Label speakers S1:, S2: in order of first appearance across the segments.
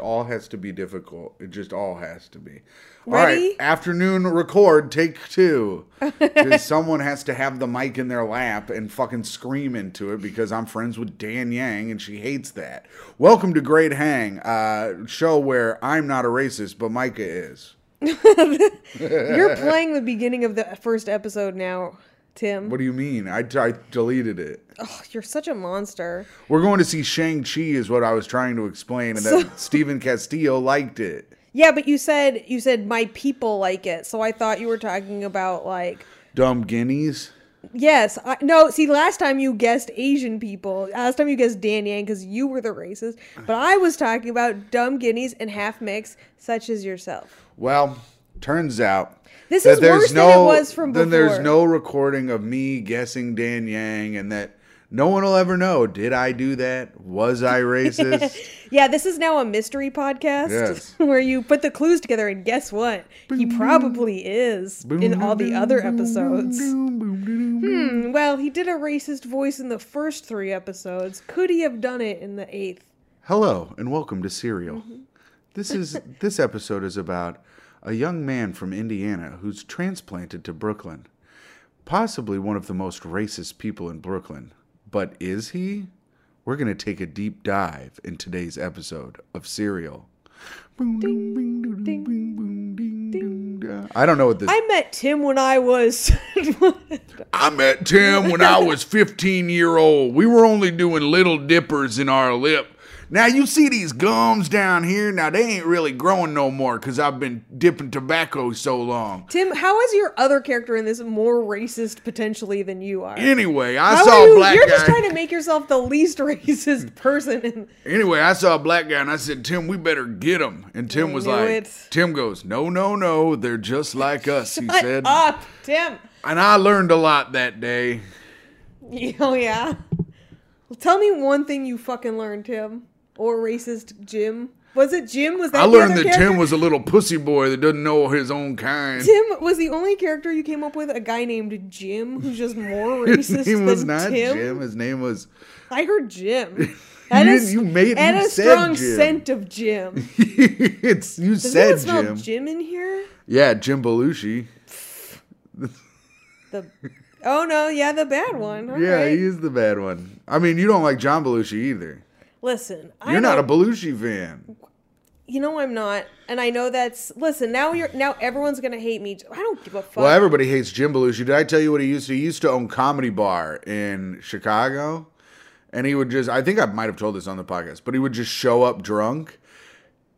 S1: has to be difficult. It just all has to be. All right,
S2: Ready?
S1: afternoon record, take two. 'Cause someone has to have the mic in their lap and fucking scream into it because I'm friends with Dan Yang and she hates that. Welcome to Great Hang, uh, show where I'm not a racist, but Micah is.
S2: You're playing the beginning of the first episode now, Tim.
S1: What do you mean? I, I deleted it.
S2: Ugh, you're such a monster.
S1: We're going to see Shang-Chi, is what I was trying to explain, and that Stephen Castillo liked it.
S2: Yeah, but you said you said my people like it, so I thought you were talking about like
S1: Dumb guineas.
S2: yes, I, no. See, last time you guessed Asian people. Last time you guessed Dan Yang because you were the racist, but I was talking about dumb guineas and half mix, such as yourself.
S1: Well, turns out
S2: This
S1: is
S2: is worse than it was from
S1: then there's
S2: before.
S1: no recording of me guessing Dan Yang, and that no one will ever know. Did I do that? Was I racist?
S2: Yeah, this is now a mystery podcast
S1: Yes.
S2: where you put the clues together and guess what? He probably is in all the other episodes. Hmm, well, he did a racist voice in the first three episodes. Could he have done it in the eighth?
S1: Hello and welcome to Serial. This is this episode is about a young man from Indiana who's transplanted to Brooklyn. Possibly one of the most racist people in Brooklyn. But is he? We're going to take a deep dive in today's episode of Serial. I don't know what this
S2: I met Tim when I was.
S1: I met Tim when I was 15 year old. We were only doing little dippers in our lip. Now you see these gums down here. Now they ain't really growing no more because I've been dipping tobacco so long.
S2: Tim, how is your other character in this more racist potentially than you are?
S1: Anyway, I
S2: How
S1: saw
S2: are
S1: a
S2: you,
S1: black
S2: you're
S1: guy.
S2: just trying to make yourself the least racist person. In,
S1: Anyway, I saw a black guy and I said, Tim, we better get him. And Tim was
S2: knew
S1: like,
S2: it.
S1: Tim goes, no, no, no, they're just like us. He
S2: Shut
S1: said,
S2: up, Tim.
S1: and I learned a lot that day.
S2: Oh yeah. Well, tell me one thing you fucking learned, Tim, or racist Jim. Was it Jim? Was that
S1: I
S2: the
S1: learned
S2: other
S1: that
S2: character?
S1: Tim was a little pussy boy that doesn't know his own kind.
S2: Tim was the only character you came up with. A guy named Jim who's just more
S1: His
S2: racist
S1: name was
S2: than
S1: not
S2: Tim.
S1: Jim. His name was.
S2: I heard Jim. And a
S1: didn't-
S2: s-
S1: you made-
S2: and
S1: you
S2: a
S1: said
S2: strong
S1: Jim.
S2: scent of Jim.
S1: it's you
S2: Does
S1: said
S2: anyone smell
S1: Jim.
S2: Jim in here?
S1: Yeah, Jim Belushi.
S2: The oh no, yeah, the bad one. All
S1: yeah,
S2: right.
S1: he is the bad one. I mean, you don't like John Belushi either.
S2: Listen, I
S1: You're not
S2: know-
S1: a Belushi fan.
S2: You know I'm not, and I know that's. Listen, now you're now everyone's gonna hate me. I don't give a fuck.
S1: Well, everybody hates Jim Belushi. Did I tell you what he used to? He used to own Comedy Bar in Chicago, and he would just—I think I might have told this on the podcast—but he would just show up drunk,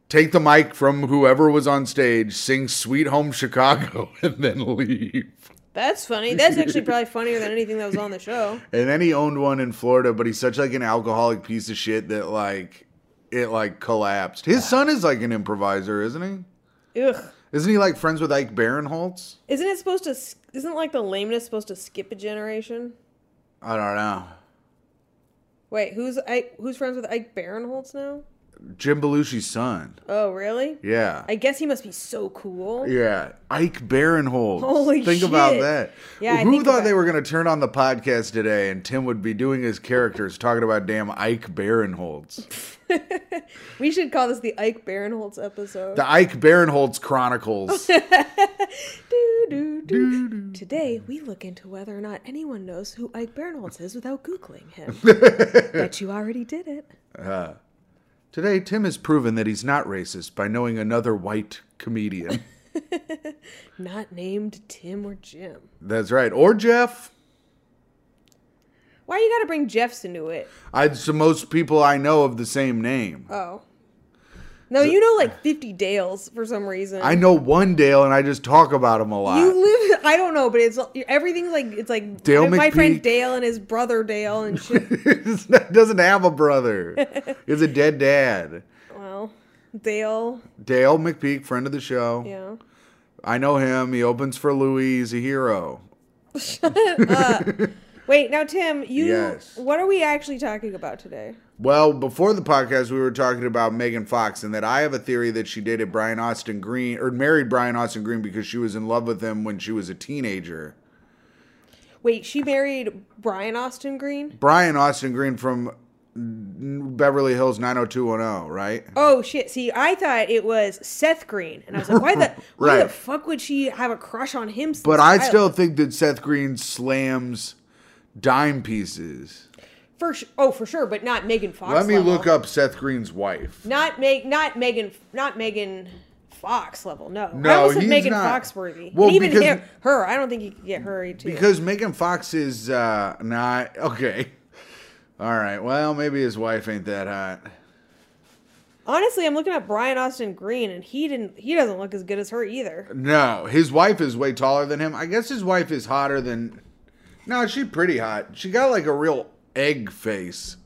S1: take the mic from whoever was on stage, sing "Sweet Home Chicago," and then leave.
S2: That's funny. That's actually probably funnier than anything that was on the show.
S1: And then he owned one in Florida, but he's such like an alcoholic piece of shit that like it like collapsed. His son is like an improviser, isn't he?
S2: Ugh.
S1: Isn't he like friends with Ike Barinholtz?
S2: Isn't it supposed to? s- Isn't like the lameness supposed to skip a generation?
S1: I don't know.
S2: Wait, who's I? Who's friends with Ike Barinholtz now?
S1: Jim Belushi's son.
S2: Oh, really?
S1: Yeah.
S2: I guess he must be so cool.
S1: yeah. Ike Barinholtz.
S2: Holy
S1: Think about
S2: shit.
S1: that.
S2: Yeah, I
S1: Who
S2: think
S1: thought
S2: about-
S1: they were gonna turn on the podcast today and Tim would be doing his characters talking about damn Ike Barinholtz?
S2: We should call this the Ike Barinholtz episode.
S1: the Ike Barinholtz Chronicles.
S2: Do, do, do. Today we look into whether or not anyone knows who Ike Barinholtz is without googling him. Bet you already did it.
S1: Today, Tim has proven that he's not racist by knowing another white comedian.
S2: Not named Tim or Jim.
S1: That's right. Or Jeff.
S2: Why you gotta bring Jeffs into it?
S1: I, so most people I know of the same name.
S2: Oh. No, you know like 50 Dales for some reason.
S1: I know one Dale, and I just talk about him a lot.
S2: You live I don't know, but it's everything's like it's like
S1: Dale
S2: my
S1: McPeak.
S2: friend Dale and his brother Dale and shit.
S1: doesn't have a brother. He's a dead dad.
S2: well, Dale,
S1: Dale McPeak, friend of the show.
S2: yeah.
S1: I know him. He opens for Louis. He's a hero.
S2: Wait, now Tim, you
S1: Yes.
S2: what are we actually talking about today?
S1: Well, before the podcast, we were talking about Megan Fox and that I have a theory that she dated Brian Austin Green or married Brian Austin Green because she was in love with him when she was a teenager.
S2: Wait, she married Brian Austin Green?
S1: Brian Austin Green from Beverly Hills 90210, right?
S2: Oh shit! See, I thought it was Seth Green, and I was like, why the why
S1: Right.
S2: the fuck would she have a crush on him? since
S1: But I
S2: child?
S1: still think that Seth Green slams dime pieces.
S2: for su- oh for sure, but not Megan Fox.
S1: Let me
S2: level.
S1: look up Seth Green's wife.
S2: Not Meg. Not Megan. Not Megan Fox level. No,
S1: No,
S2: I almost said
S1: he's
S2: Megan
S1: not.
S2: Fox worthy.
S1: Well,
S2: and even
S1: because-
S2: him, her, I don't think you could get her too.
S1: Because Megan Fox is uh, not okay. All right. Well, maybe his wife ain't that hot.
S2: Honestly, I'm looking at Brian Austin Green, and he didn't. He doesn't look as good as her either.
S1: No, his wife is way taller than him. I guess his wife is hotter than. No, she's pretty hot. She got like a real egg face.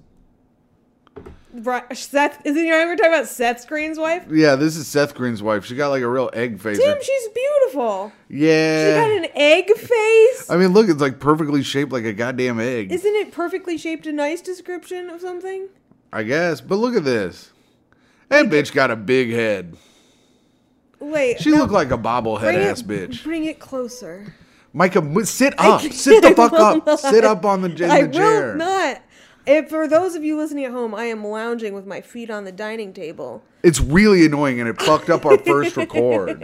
S2: Bri- Seth, isn't you ever talking about Seth's Green's wife?
S1: Yeah, this is Seth Green's wife. She got like a real egg face.
S2: Damn, she's beautiful. She
S1: yeah.
S2: got an egg face.
S1: I mean, look, it's like perfectly shaped like a goddamn egg.
S2: Isn't it perfectly shaped? A nice description of something.
S1: I guess. But look at this. That bitch got a big head.
S2: Wait,
S1: She
S2: no,
S1: looked like a bobblehead
S2: bring it-
S1: ass bitch.
S2: Bring it closer.
S1: Micah, mo- sit up.
S2: I
S1: Sit the
S2: can't-
S1: fuck
S2: I will
S1: up. Sit
S2: not.
S1: up on the, in the
S2: I
S1: chair.
S2: will not. If for those of you listening at home, I am lounging with my feet on the dining table.
S1: It's really annoying and it fucked up our first record.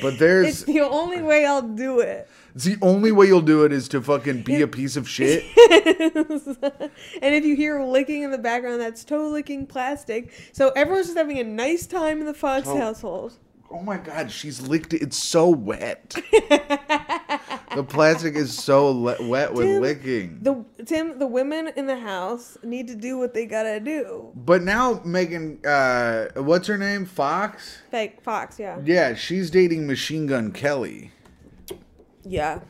S1: But
S2: It's
S1: there's
S2: the only way I'll do it.
S1: it's the only way you'll do it is to fucking be a piece of shit.
S2: and if you hear licking in the background, that's toe licking plastic. So everyone's just having a nice time in the Fox household.
S1: Oh my god, she's licked it. It's so wet. the plastic is so le- wet with
S2: Tim,
S1: licking.
S2: The Tim, the women in the house need to do what they gotta do.
S1: But now Megan, uh, what's her name? Fox.
S2: Like Fox, yeah,
S1: Yeah, she's dating Machine Gun Kelly,
S2: yeah.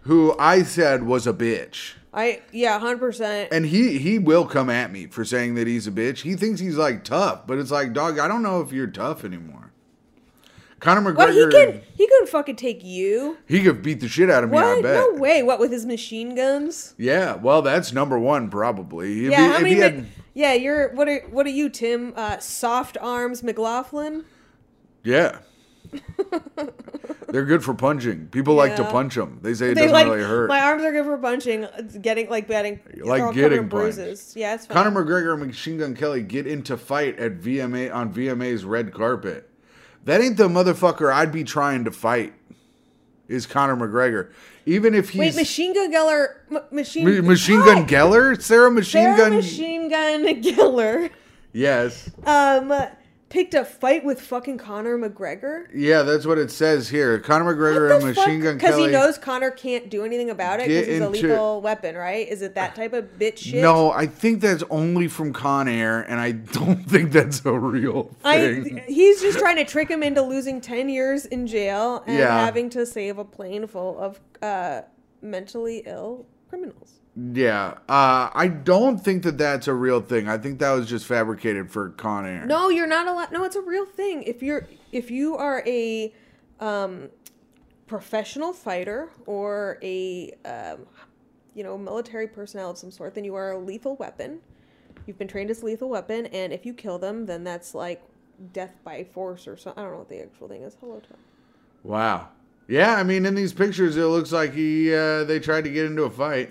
S1: who I said was a bitch.
S2: I yeah, hundred percent.
S1: And he he will come at me for saying that he's a bitch. He thinks he's like tough, but it's like, dog, I don't know if you're tough anymore. Conor
S2: What he
S1: McGregor,
S2: could he could fucking take you.
S1: he could beat the shit out of me.
S2: What?
S1: I bet.
S2: no way. What with his machine guns?
S1: Yeah, well, that's number one probably. If
S2: yeah,
S1: he-
S2: how
S1: if
S2: many?
S1: he
S2: ma-
S1: had-
S2: yeah, you're what are what are you, Tim? Uh, soft arms, McLaughlin.
S1: yeah. They're good for punching. People like to
S2: Yeah.
S1: punch them. They say it
S2: They
S1: doesn't
S2: like
S1: really hurt.
S2: my arms are good for punching, it's getting like batting, they're
S1: Like
S2: all covered
S1: getting
S2: in bruises. Yeah, it's fine.
S1: Conor McGregor and Machine Gun Kelly get into fight at VMA on VMA's red carpet. That ain't the motherfucker I'd be trying to fight. Is Conor McGregor? Even if
S2: Wait,
S1: he's
S2: machine gun Geller, m- machine
S1: Ma- Machine Gun Geller, Sarah Machine
S2: Sarah
S1: Gun.
S2: machine gun Geller,
S1: yes,
S2: um, picked a fight with fucking Conor McGregor.
S1: yeah, that's what it says here. Conor McGregor and Machine Gun
S2: Because
S1: Kelly.
S2: he knows Connor can't do anything about it
S1: Get
S2: because he's a
S1: into-
S2: lethal weapon, right? Is it that type of bitch shit?
S1: no, I think that's only from Con Air, and I don't think that's a real thing.
S2: I, he's just trying to trick him into losing 10 years in jail and
S1: Yeah.
S2: having to save a plane full of uh, mentally ill criminals.
S1: yeah, uh, I don't think that that's a real thing. I think that was just fabricated for Con Air.
S2: No, you're not allowed. No, it's a real thing. If you're if you are a um, professional fighter or a um, you know military personnel of some sort, then you are a lethal weapon. You've been trained as a lethal weapon, and if you kill them, then that's like death by force or something. I don't know what the actual thing is. Hello, Tom.
S1: Wow. Yeah, I mean, in these pictures, it looks like he uh, they tried to get into a fight.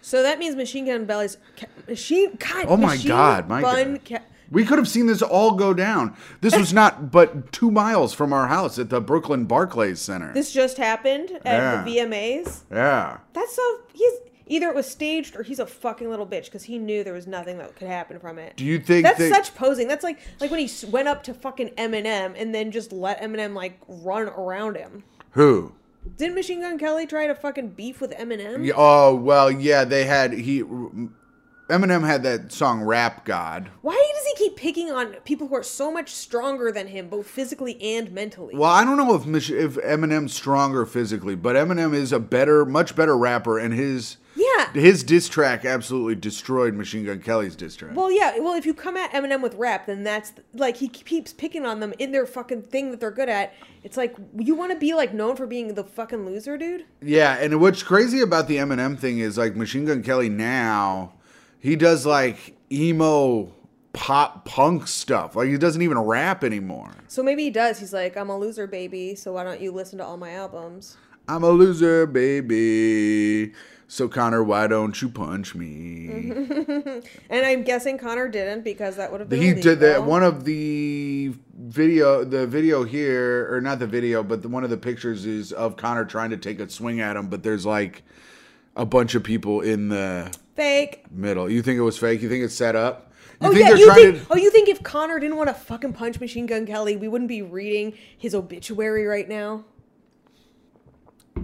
S2: So that means machine gun bellies. Ca- machine God.
S1: Oh my
S2: machine
S1: God, my
S2: bun
S1: God.
S2: Ca-
S1: We could have seen this all go down. This was not but two miles from our house at the Brooklyn Barclays Center.
S2: this just happened at
S1: Yeah.
S2: the VMAs.
S1: yeah.
S2: That's so he's either it was staged or he's a fucking little bitch because he knew there was nothing that could happen from it.
S1: Do you think
S2: That's
S1: that-
S2: such posing. That's like like when he s- went up to fucking Eminem and then just let Eminem like run around him.
S1: Who?
S2: Didn't Machine Gun Kelly try to fucking beef with Eminem?
S1: Yeah, Oh well, yeah. They had he Eminem had that song "Rap God."
S2: Why does he keep picking on people who are so much stronger than him, both physically and mentally?
S1: Well, I don't know if Mich- if Eminem's stronger physically, but Eminem is a better, much better rapper, and his
S2: yeah.
S1: his diss track absolutely destroyed Machine Gun Kelly's diss track.
S2: Well, yeah. Well, if you come at Eminem with rap, then that's like he keeps picking on them in their fucking thing that they're good at. It's like you want to be like known for being the fucking loser, dude.
S1: Yeah, and what's crazy about the Eminem thing is like Machine Gun Kelly now, he does like emo pop punk stuff. Like he doesn't even rap anymore.
S2: So maybe he does. He's like, I'm a loser, baby. So why don't you listen to all my albums?
S1: I'm a loser, baby. So Connor, why don't you punch
S2: Mm-hmm.
S1: me?
S2: And I'm guessing Connor didn't because that would have been
S1: He did that.
S2: illegal.
S1: One of the video, the video here, or not the video, but the, one of the pictures is of Connor trying to take a swing at him, but there's like a bunch of people in the
S2: fake.
S1: middle. You think it was fake? You think it's set up? You
S2: Oh
S1: think
S2: yeah,
S1: they're
S2: you
S1: trying
S2: think?
S1: to?
S2: Oh, you think if Connor didn't want to fucking punch Machine Gun Kelly, we wouldn't be reading his obituary right now?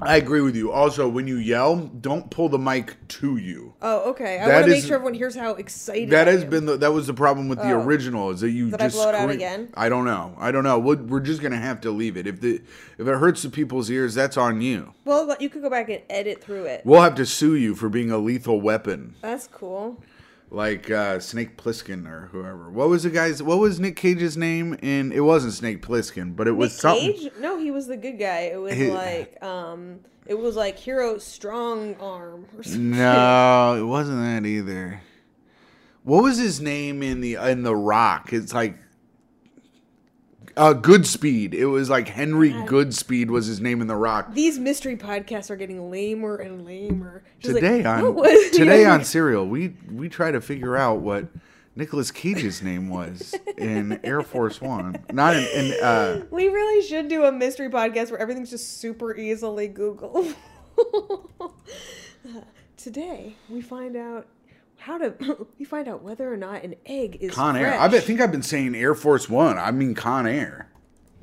S1: I agree with you. Also, when you yell, don't pull the mic to you.
S2: Oh, okay. I
S1: That
S2: want to make
S1: is-
S2: sure everyone hears how excited
S1: That
S2: I
S1: has
S2: am.
S1: been the, that was the problem with the
S2: Oh.
S1: original is that you
S2: Did I
S1: just
S2: blow it out
S1: scream-
S2: again?
S1: I don't know. I don't know. We're, we're just gonna have to leave it. If the if it hurts the people's ears, that's on you.
S2: Well, but you could go back and edit through it.
S1: We'll have to sue you for being a lethal weapon,
S2: That's cool.
S1: like uh, Snake Plissken or whoever. What was the guy's? What was Nick Cage's name? And it wasn't Snake Plissken, but it was
S2: Nick
S1: something.
S2: Cage? No, he was the good guy. It was
S1: He-
S2: like um, it was like hero strong arm. Or some shit.
S1: No, it wasn't that either. What was his name in the in the Rock? It's like uh Goodspeed. It was like Henry Goodspeed was his name in the Rock.
S2: These mystery podcasts are getting lamer and lamer. She's like,
S1: Today
S2: "What
S1: on
S2: was-"
S1: today
S2: Yeah.
S1: on Serial, we we try to figure out what Nicolas Cage's name was in Air Force One. Not in, in uh
S2: We really should do a mystery podcast where everything's just super easily Google. Today we find out how to we find out whether or not an egg is
S1: Con Air.
S2: fresh.
S1: I bet, think I've been saying Air Force One. I mean Con Air.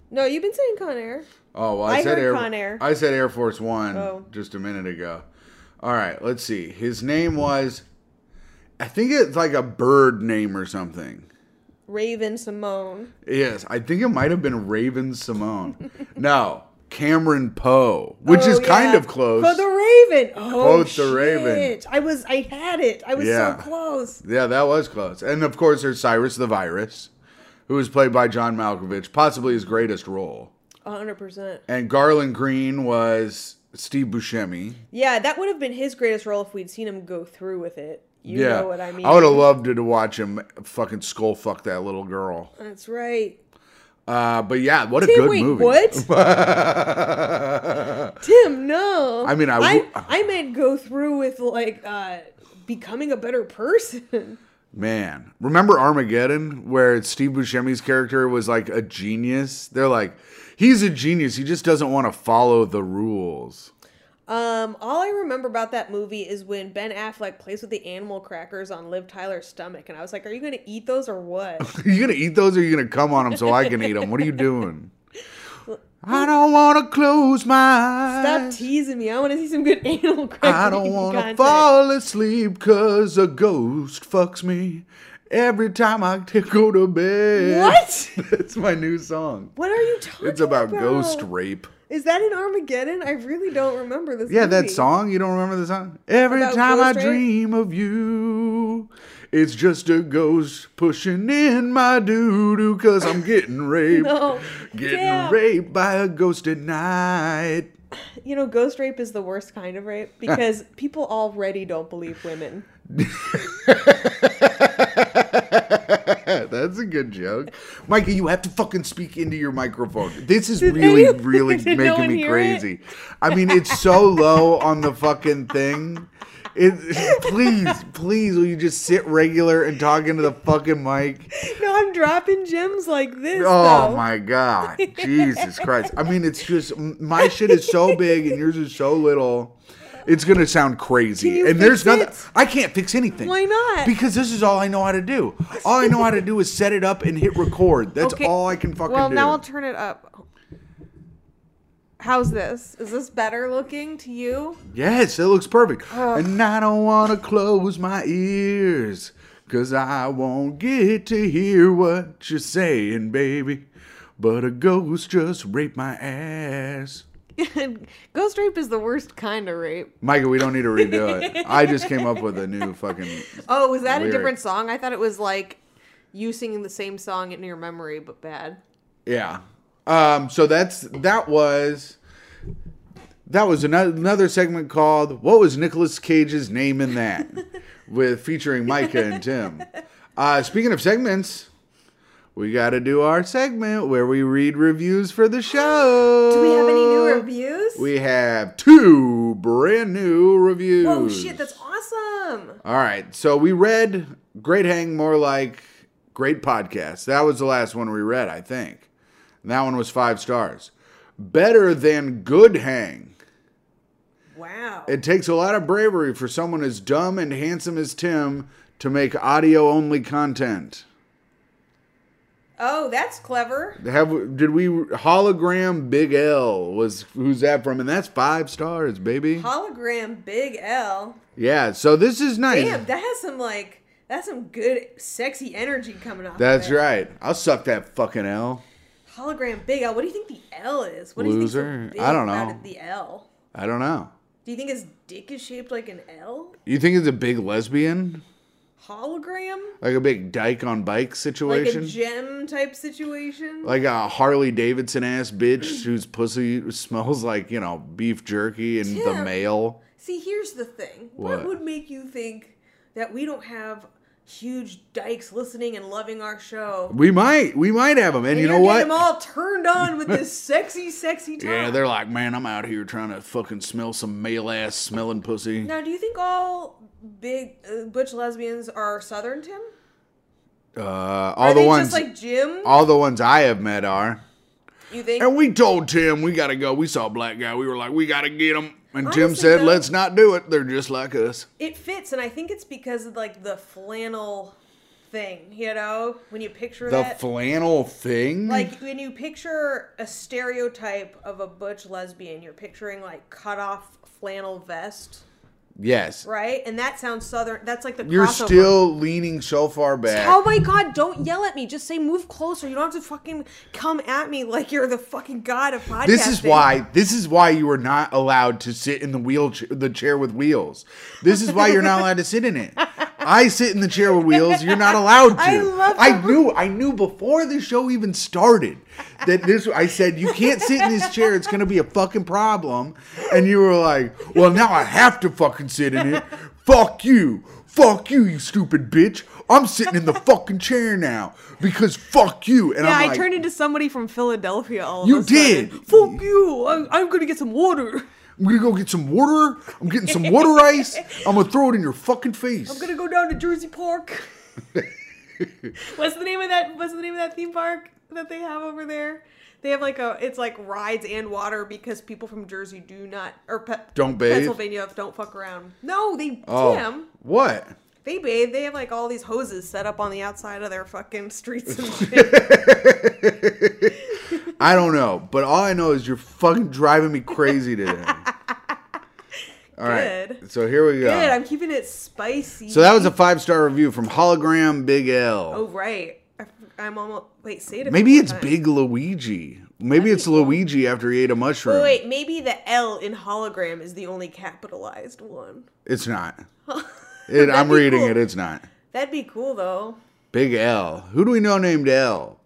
S2: No, you've been saying Con Air.
S1: Oh, well, I,
S2: I
S1: said
S2: heard
S1: Air,
S2: Con Air.
S1: I said Air Force One
S2: Oh.
S1: just a minute ago. All right, let's see. His name was, I think it's like a bird name or something.
S2: Raven Simone.
S1: Yes, I think it might have been Raven Simone. no, Cameron Poe, which
S2: Oh,
S1: is kind
S2: yeah.
S1: of close.
S2: For the Raven. Oh,
S1: Quote the Raven.
S2: shit. I was I had it. I was
S1: Yeah.
S2: so close.
S1: yeah, that was close. And of course, there's Cyrus the Virus, who was played by John Malkovich, possibly his greatest role.
S2: 100%.
S1: And Garland Green was Steve Buscemi.
S2: Yeah, that would have been his greatest role if we'd seen him go through with it. You know what I mean?
S1: would have loved to watch him fucking skull fuck that little girl.
S2: That's right.
S1: Uh, but yeah, what a
S2: Tim,
S1: good
S2: wait,
S1: movie.
S2: what? Tim, no.
S1: I mean, I
S2: I,
S1: w-
S2: I meant go through with like uh, becoming a better person.
S1: Man, remember Armageddon, where Steve Buscemi's character was like a genius? They're like, he's a genius. He just doesn't want to follow the rules.
S2: Um, all I remember about that movie is when Ben Affleck plays with the animal crackers on Liv Tyler's stomach, and I was like, "Are you going to eat those or what?"
S1: Are you gonna eat those, or are you gonna come on them so I can eat them? What are you doing? I don't want to close my
S2: Stop
S1: eyes.
S2: teasing me. I want to see some good animal crackers.
S1: I don't want to fall asleep 'cause a ghost fucks me every time I t- go to bed.
S2: What?
S1: That's my new song.
S2: What are you talking?
S1: It's about ghost rape.
S2: Is that in Armageddon? I really don't remember this.
S1: Yeah, that
S2: movie.
S1: song. You don't remember the song? Every
S2: About
S1: time I
S2: ghost rape?
S1: dream of you, it's just a ghost pushing in my doo doo because I'm getting raped.
S2: No.
S1: Getting
S2: Yeah.
S1: raped by a ghost at night.
S2: You know, ghost rape is the worst kind of rape
S1: Uh.
S2: because people already don't believe women.
S1: That's a good joke. Micah, you have to fucking speak into your microphone. This is really,
S2: you-
S1: really
S2: did no
S1: making
S2: one
S1: me
S2: hear
S1: crazy. I mean, it's so low on the fucking thing. It, please, please, will you just sit regular and talk into the fucking mic?
S2: No, I'm dropping gems like this.
S1: Oh
S2: though.
S1: my god, Jesus Christ! I mean, it's just my shit is so big and yours is so little. It's gonna sound
S2: Can
S1: crazy,
S2: you
S1: and there's
S2: fix
S1: nothing.
S2: it?
S1: I can't fix anything.
S2: Why not?
S1: Because this is all I know how to do. All I know how to do is set it up and hit record. That's
S2: Okay.
S1: all I can fucking
S2: Well,
S1: do.
S2: now I'll turn it up. How's this? Is this better looking to you?
S1: yes, it looks perfect. And I don't wanna close my ears, cause I won't get to hear what you're saying, baby. But a ghost just raped my ass.
S2: Ghost rape is the worst kind of rape.
S1: Micah, we don't need to redo it. I just came up with a new fucking.
S2: Oh, was that
S1: Lyric.
S2: a different song? I thought it was like you singing the same song in your memory, but bad.
S1: Yeah. Um. So that's that was. That was another, another segment called "What Was Nicolas Cage's Name in That," with featuring Micah and Tim. Uh, speaking of segments, we got to do our segment where we read reviews for the show.
S2: Do we have any new reviews?
S1: Uh, We have two brand new reviews.
S2: Whoa, Oh, shit, that's awesome.
S1: All right, so we read Great Hang more like Great Podcast. That was the last one we read, I think. And that one was five stars. Better than Good Hang.
S2: Wow.
S1: It takes a lot of bravery for someone as dumb and handsome as Tim to make audio only content.
S2: Oh, that's clever.
S1: Have did we hologram Big L was who's that from? And that's five stars, baby.
S2: Hologram Big L.
S1: Yeah, so this is nice.
S2: Damn, that has some like that's some good sexy energy coming off. of
S1: That's
S2: it.
S1: right. I'll suck that fucking L.
S2: Hologram Big L. What do you think the L is? What do you
S1: Loser.
S2: think
S1: I don't know.
S2: the L.
S1: I don't know.
S2: Do you think his dick is shaped like an L?
S1: You think it's a big lesbian?
S2: Hologram?
S1: Like a big dyke on bike
S2: Like a
S1: situation?
S2: gem type situation?
S1: Like a Harley Davidson ass bitch whose pussy smells like, you know, beef jerky and the
S2: Tim.
S1: mail.
S2: See, here's the thing. What?
S1: What?
S2: would make you think that we don't have huge dykes listening and loving our show?
S1: We might. We might have them. And, you
S2: You're
S1: know
S2: Getting
S1: what?
S2: them all turned on with this sexy, sexy talk.
S1: Yeah, they're like, man, I'm out here trying to fucking smell some male ass smelling pussy.
S2: Now, do you think all big uh, butch lesbians are Southern, Tim?
S1: Uh,
S2: Are
S1: all the
S2: they
S1: ones
S2: just like Jim?
S1: all the ones I have met are.
S2: You think?
S1: And we told Tim we gotta go. We saw a black guy. We were like, we gotta get him. And Tim
S2: Honestly,
S1: said,
S2: though-
S1: let's not do it. They're just like us.
S2: it fits, and I think it's because of like the flannel thing, you know, when you picture
S1: The
S2: that.
S1: flannel thing.
S2: like when you picture a stereotype of a butch lesbian, you're picturing like cut off flannel vest,
S1: yes.
S2: right? And that sounds southern. That's like the
S1: You're
S2: crossover.
S1: still leaning so far back.
S2: Oh my god, don't yell at me. Just say move closer. You don't have to fucking come at me like you're the fucking god of podcasting.
S1: this is why. This is why you are not allowed to sit in the wheelchair, the chair with wheels. This is why you're not allowed to sit in it. I sit in the chair with wheels. You're not allowed to.
S2: I love
S1: I
S2: that.
S1: knew. I knew before the show even started that this. I said you can't sit in this chair. It's gonna be a fucking problem. And you were like, well, now I have to fucking sit in it. Fuck you. Fuck you, you stupid bitch. I'm sitting in the fucking chair now because fuck you. And
S2: Yeah,
S1: I'm
S2: I
S1: like,
S2: turned into somebody from Philadelphia all of
S1: You
S2: a sudden.
S1: did.
S2: Fuck you. I'm, I'm going to get some water.
S1: I'm gonna go get some water. I'm getting some water ice. I'm gonna throw it in your fucking face.
S2: I'm going to go down to Jersey Park. what's the name of that what's the name of that theme park that they have over there? They have like a it's like rides and water because people from Jersey do not or pe-
S1: Don't bathe?
S2: Pennsylvania don't fuck around. No, they
S1: oh,
S2: Tim.
S1: what?
S2: They bathe. They have like all these hoses set up on the outside of their fucking streets and shit.
S1: I don't know, but all I know is you're fucking driving me crazy today. All right,
S2: Good.
S1: so here we go.
S2: Good. I'm keeping it spicy.
S1: so that was a five star review from Hologram Big L.
S2: Oh right. I, am almost wait. Say it. a
S1: Maybe
S2: couple
S1: it's
S2: times.
S1: Big Luigi. Maybe it's Luigi after he ate a mushroom.
S2: Wait, wait, maybe the L in hologram is the only capitalized one.
S1: It's not. It, I'm
S2: be
S1: reading
S2: cool.
S1: it. It's not.
S2: That'd be cool though.
S1: Big L. Who do we know named L?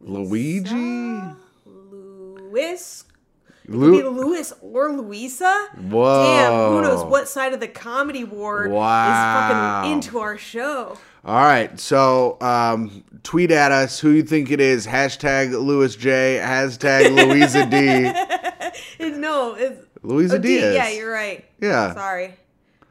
S1: Luigi?
S2: Louis.
S1: Lu-
S2: Be Louis or Louisa?
S1: Whoa.
S2: Damn, who knows what side of the comedy ward
S1: Wow.
S2: is fucking into our show?
S1: All right. So um, tweet at us who you think it is. Hashtag Louis J. Hashtag Louisa D.
S2: It- no, it's
S1: Louisa
S2: oh, D,
S1: Diaz.
S2: Oh, Yeah, you're right.
S1: Yeah.
S2: Sorry.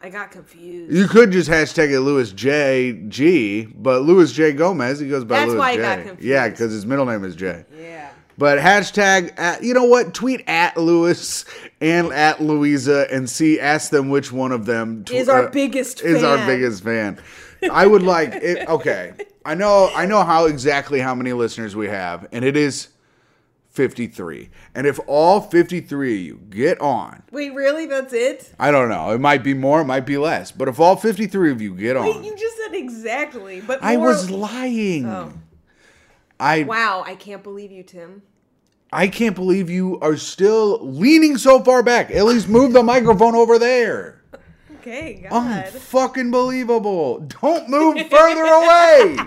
S2: I got confused.
S1: Uh. You could just hashtag it Louis J. G. But Louis J. Gomez, he goes by
S2: That's
S1: Louis
S2: why I
S1: J.
S2: got confused.
S1: Yeah, because his middle name is J.
S2: Yeah.
S1: But hashtag, at, you know what? Tweet at Louis and at Louisa and see, ask them which one of them tw-
S2: Is our
S1: uh,
S2: biggest
S1: is our
S2: fan.
S1: biggest fan. I would like it. Okay, I know, I know how exactly how many listeners we have, and it is fifty three. And if all fifty three of you get on,
S2: Wait, really? That's it?
S1: I don't know. It might be more, it might be less, but if all fifty three of you get
S2: Wait,
S1: on,
S2: you just said exactly, but
S1: I
S2: more-
S1: was lying.
S2: Oh.
S1: I
S2: Wow, I can't believe you, Tim.
S1: I can't believe you are still leaning so far back. At least move the microphone over there.
S2: Okay, God.
S1: Unfucking believable. Don't move further away.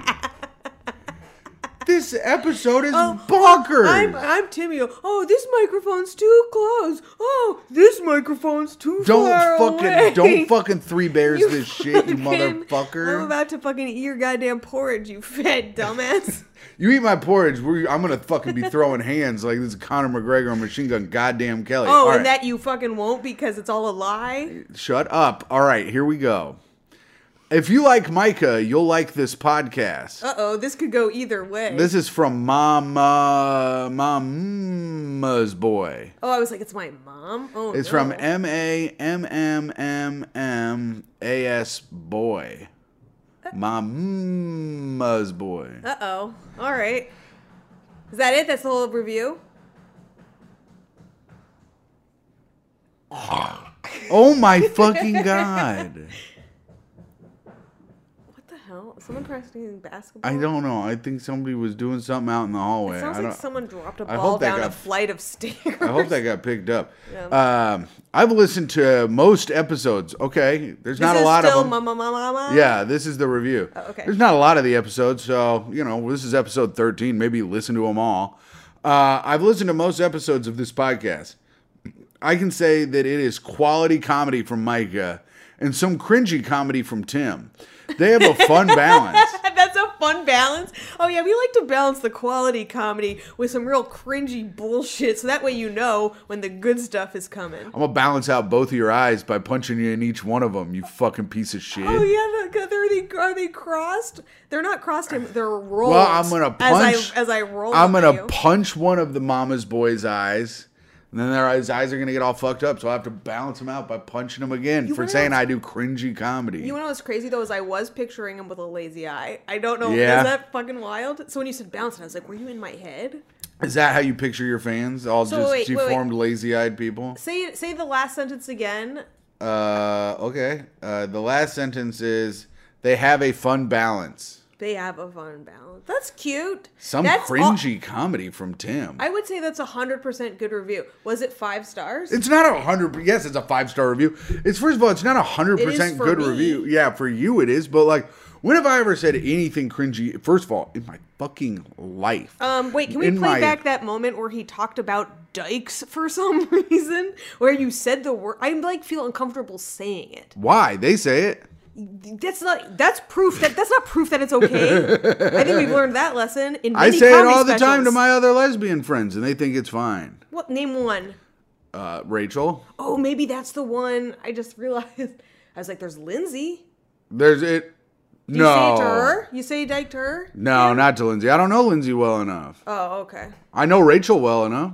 S1: This episode is
S2: Oh,
S1: bonkers.
S2: I'm, I'm Timmy. Oh, this microphone's too close. Oh, this microphone's too
S1: don't
S2: far
S1: fucking
S2: away.
S1: don't fucking three bears this shit, you
S2: Fucking-
S1: motherfucker.
S2: I'm about to fucking eat your goddamn porridge, you fat dumbass.
S1: you eat my porridge, we I'm gonna fucking be throwing hands like this is Conor McGregor on Machine Gun Goddamn Kelly.
S2: oh,
S1: All
S2: and
S1: right.
S2: that you fucking won't because it's all a lie.
S1: Shut up. All right, here we go. If you like Micah, you'll like this podcast.
S2: Uh oh, this could go either way.
S1: This is from Mama Mama's Boy.
S2: oh, I was like, it's my mom. Oh,
S1: It's
S2: no.
S1: from M A M M M M A S Boy. Mama's Boy.
S2: Uh oh. All right. Is that it? That's the whole review.
S1: Oh my fucking god.
S2: What the hell? Someone practicing basketball.
S1: I don't know. I think somebody was doing something out in the hallway.
S2: It
S1: I
S2: sounds like
S1: don't-
S2: someone dropped a
S1: I
S2: ball
S1: hope that
S2: down a
S1: got-
S2: flight of stairs.
S1: I hope that got picked up.
S2: Yeah.
S1: Um, I've listened to most episodes. Okay, there's not
S2: this
S1: a lot
S2: is still
S1: of them.
S2: Mama, mama, mama.
S1: Yeah, this is the review.
S2: Oh, okay.
S1: There's not a lot of the episodes, so you know this is episode 13. Maybe listen to them all. Uh, I've listened to most episodes of this podcast. I can say that it is quality comedy from Micah and some cringy comedy from Tim. They have a fun balance.
S2: That's a fun balance. Oh yeah, we like to balance the quality comedy with some real cringy bullshit, so that way you know when the good stuff is coming.
S1: I'm gonna balance out both of your eyes by punching you in each one of them. You fucking piece of shit.
S2: Oh yeah, the- are they are they crossed? They're not crossed. Him. They're rolled.
S1: Well, I'm gonna punch
S2: as I as I roll.
S1: I'm
S2: them at
S1: gonna
S2: you.
S1: punch one of the mama's boy's eyes, and then their his eyes are gonna get all fucked up. So I have to balance them out by punching him again for
S2: wanna
S1: saying
S2: know-
S1: I do cringy comedy.
S2: You know what's crazy though is I was picturing him with a lazy eye. I don't know.
S1: Yeah.
S2: Is that fucking wild? So when you said bounce, I was like, were you in my head?
S1: Is that how you picture your fans? All
S2: So
S1: just
S2: wait, wait, wait.
S1: deformed, lazy-eyed people.
S2: Say say the last sentence again.
S1: Uh, okay. Uh, the last sentence is they have a fun balance.
S2: They have a fun balance. That's cute.
S1: Some
S2: That's all-
S1: cringy comedy from Tim.
S2: I would say that's a hundred percent good review. Was it five stars?
S1: It's not a hundred. Yes, it's a five star review. It's first of all, it's not a hundred
S2: It is
S1: percent
S2: for
S1: good
S2: me.
S1: review. Yeah, for you it is. But like, when have I ever said anything cringy? First of all, in my fucking life.
S2: um, wait, can we
S1: in
S2: play
S1: my-
S2: back that moment where he talked about dykes for some reason? Where you said the word, I like feel uncomfortable saying it.
S1: Why they say it?
S2: That's not. That's proof that that's not proof that it's okay. I think we've learned that lesson in many
S1: I say it
S2: comedy
S1: all the time to
S2: specials.
S1: my other lesbian friends, and they think it's fine.
S2: What name one?
S1: Uh, Rachel,
S2: Oh, maybe that's the one. I just realized. I was like, "There's Lindsay."
S1: there's it.
S2: Do you say it
S1: No,
S2: to her? You say dyke to her?
S1: no, not to Lindsay. I don't know Lindsay well enough.
S2: Oh, okay.
S1: I know Rachel well enough.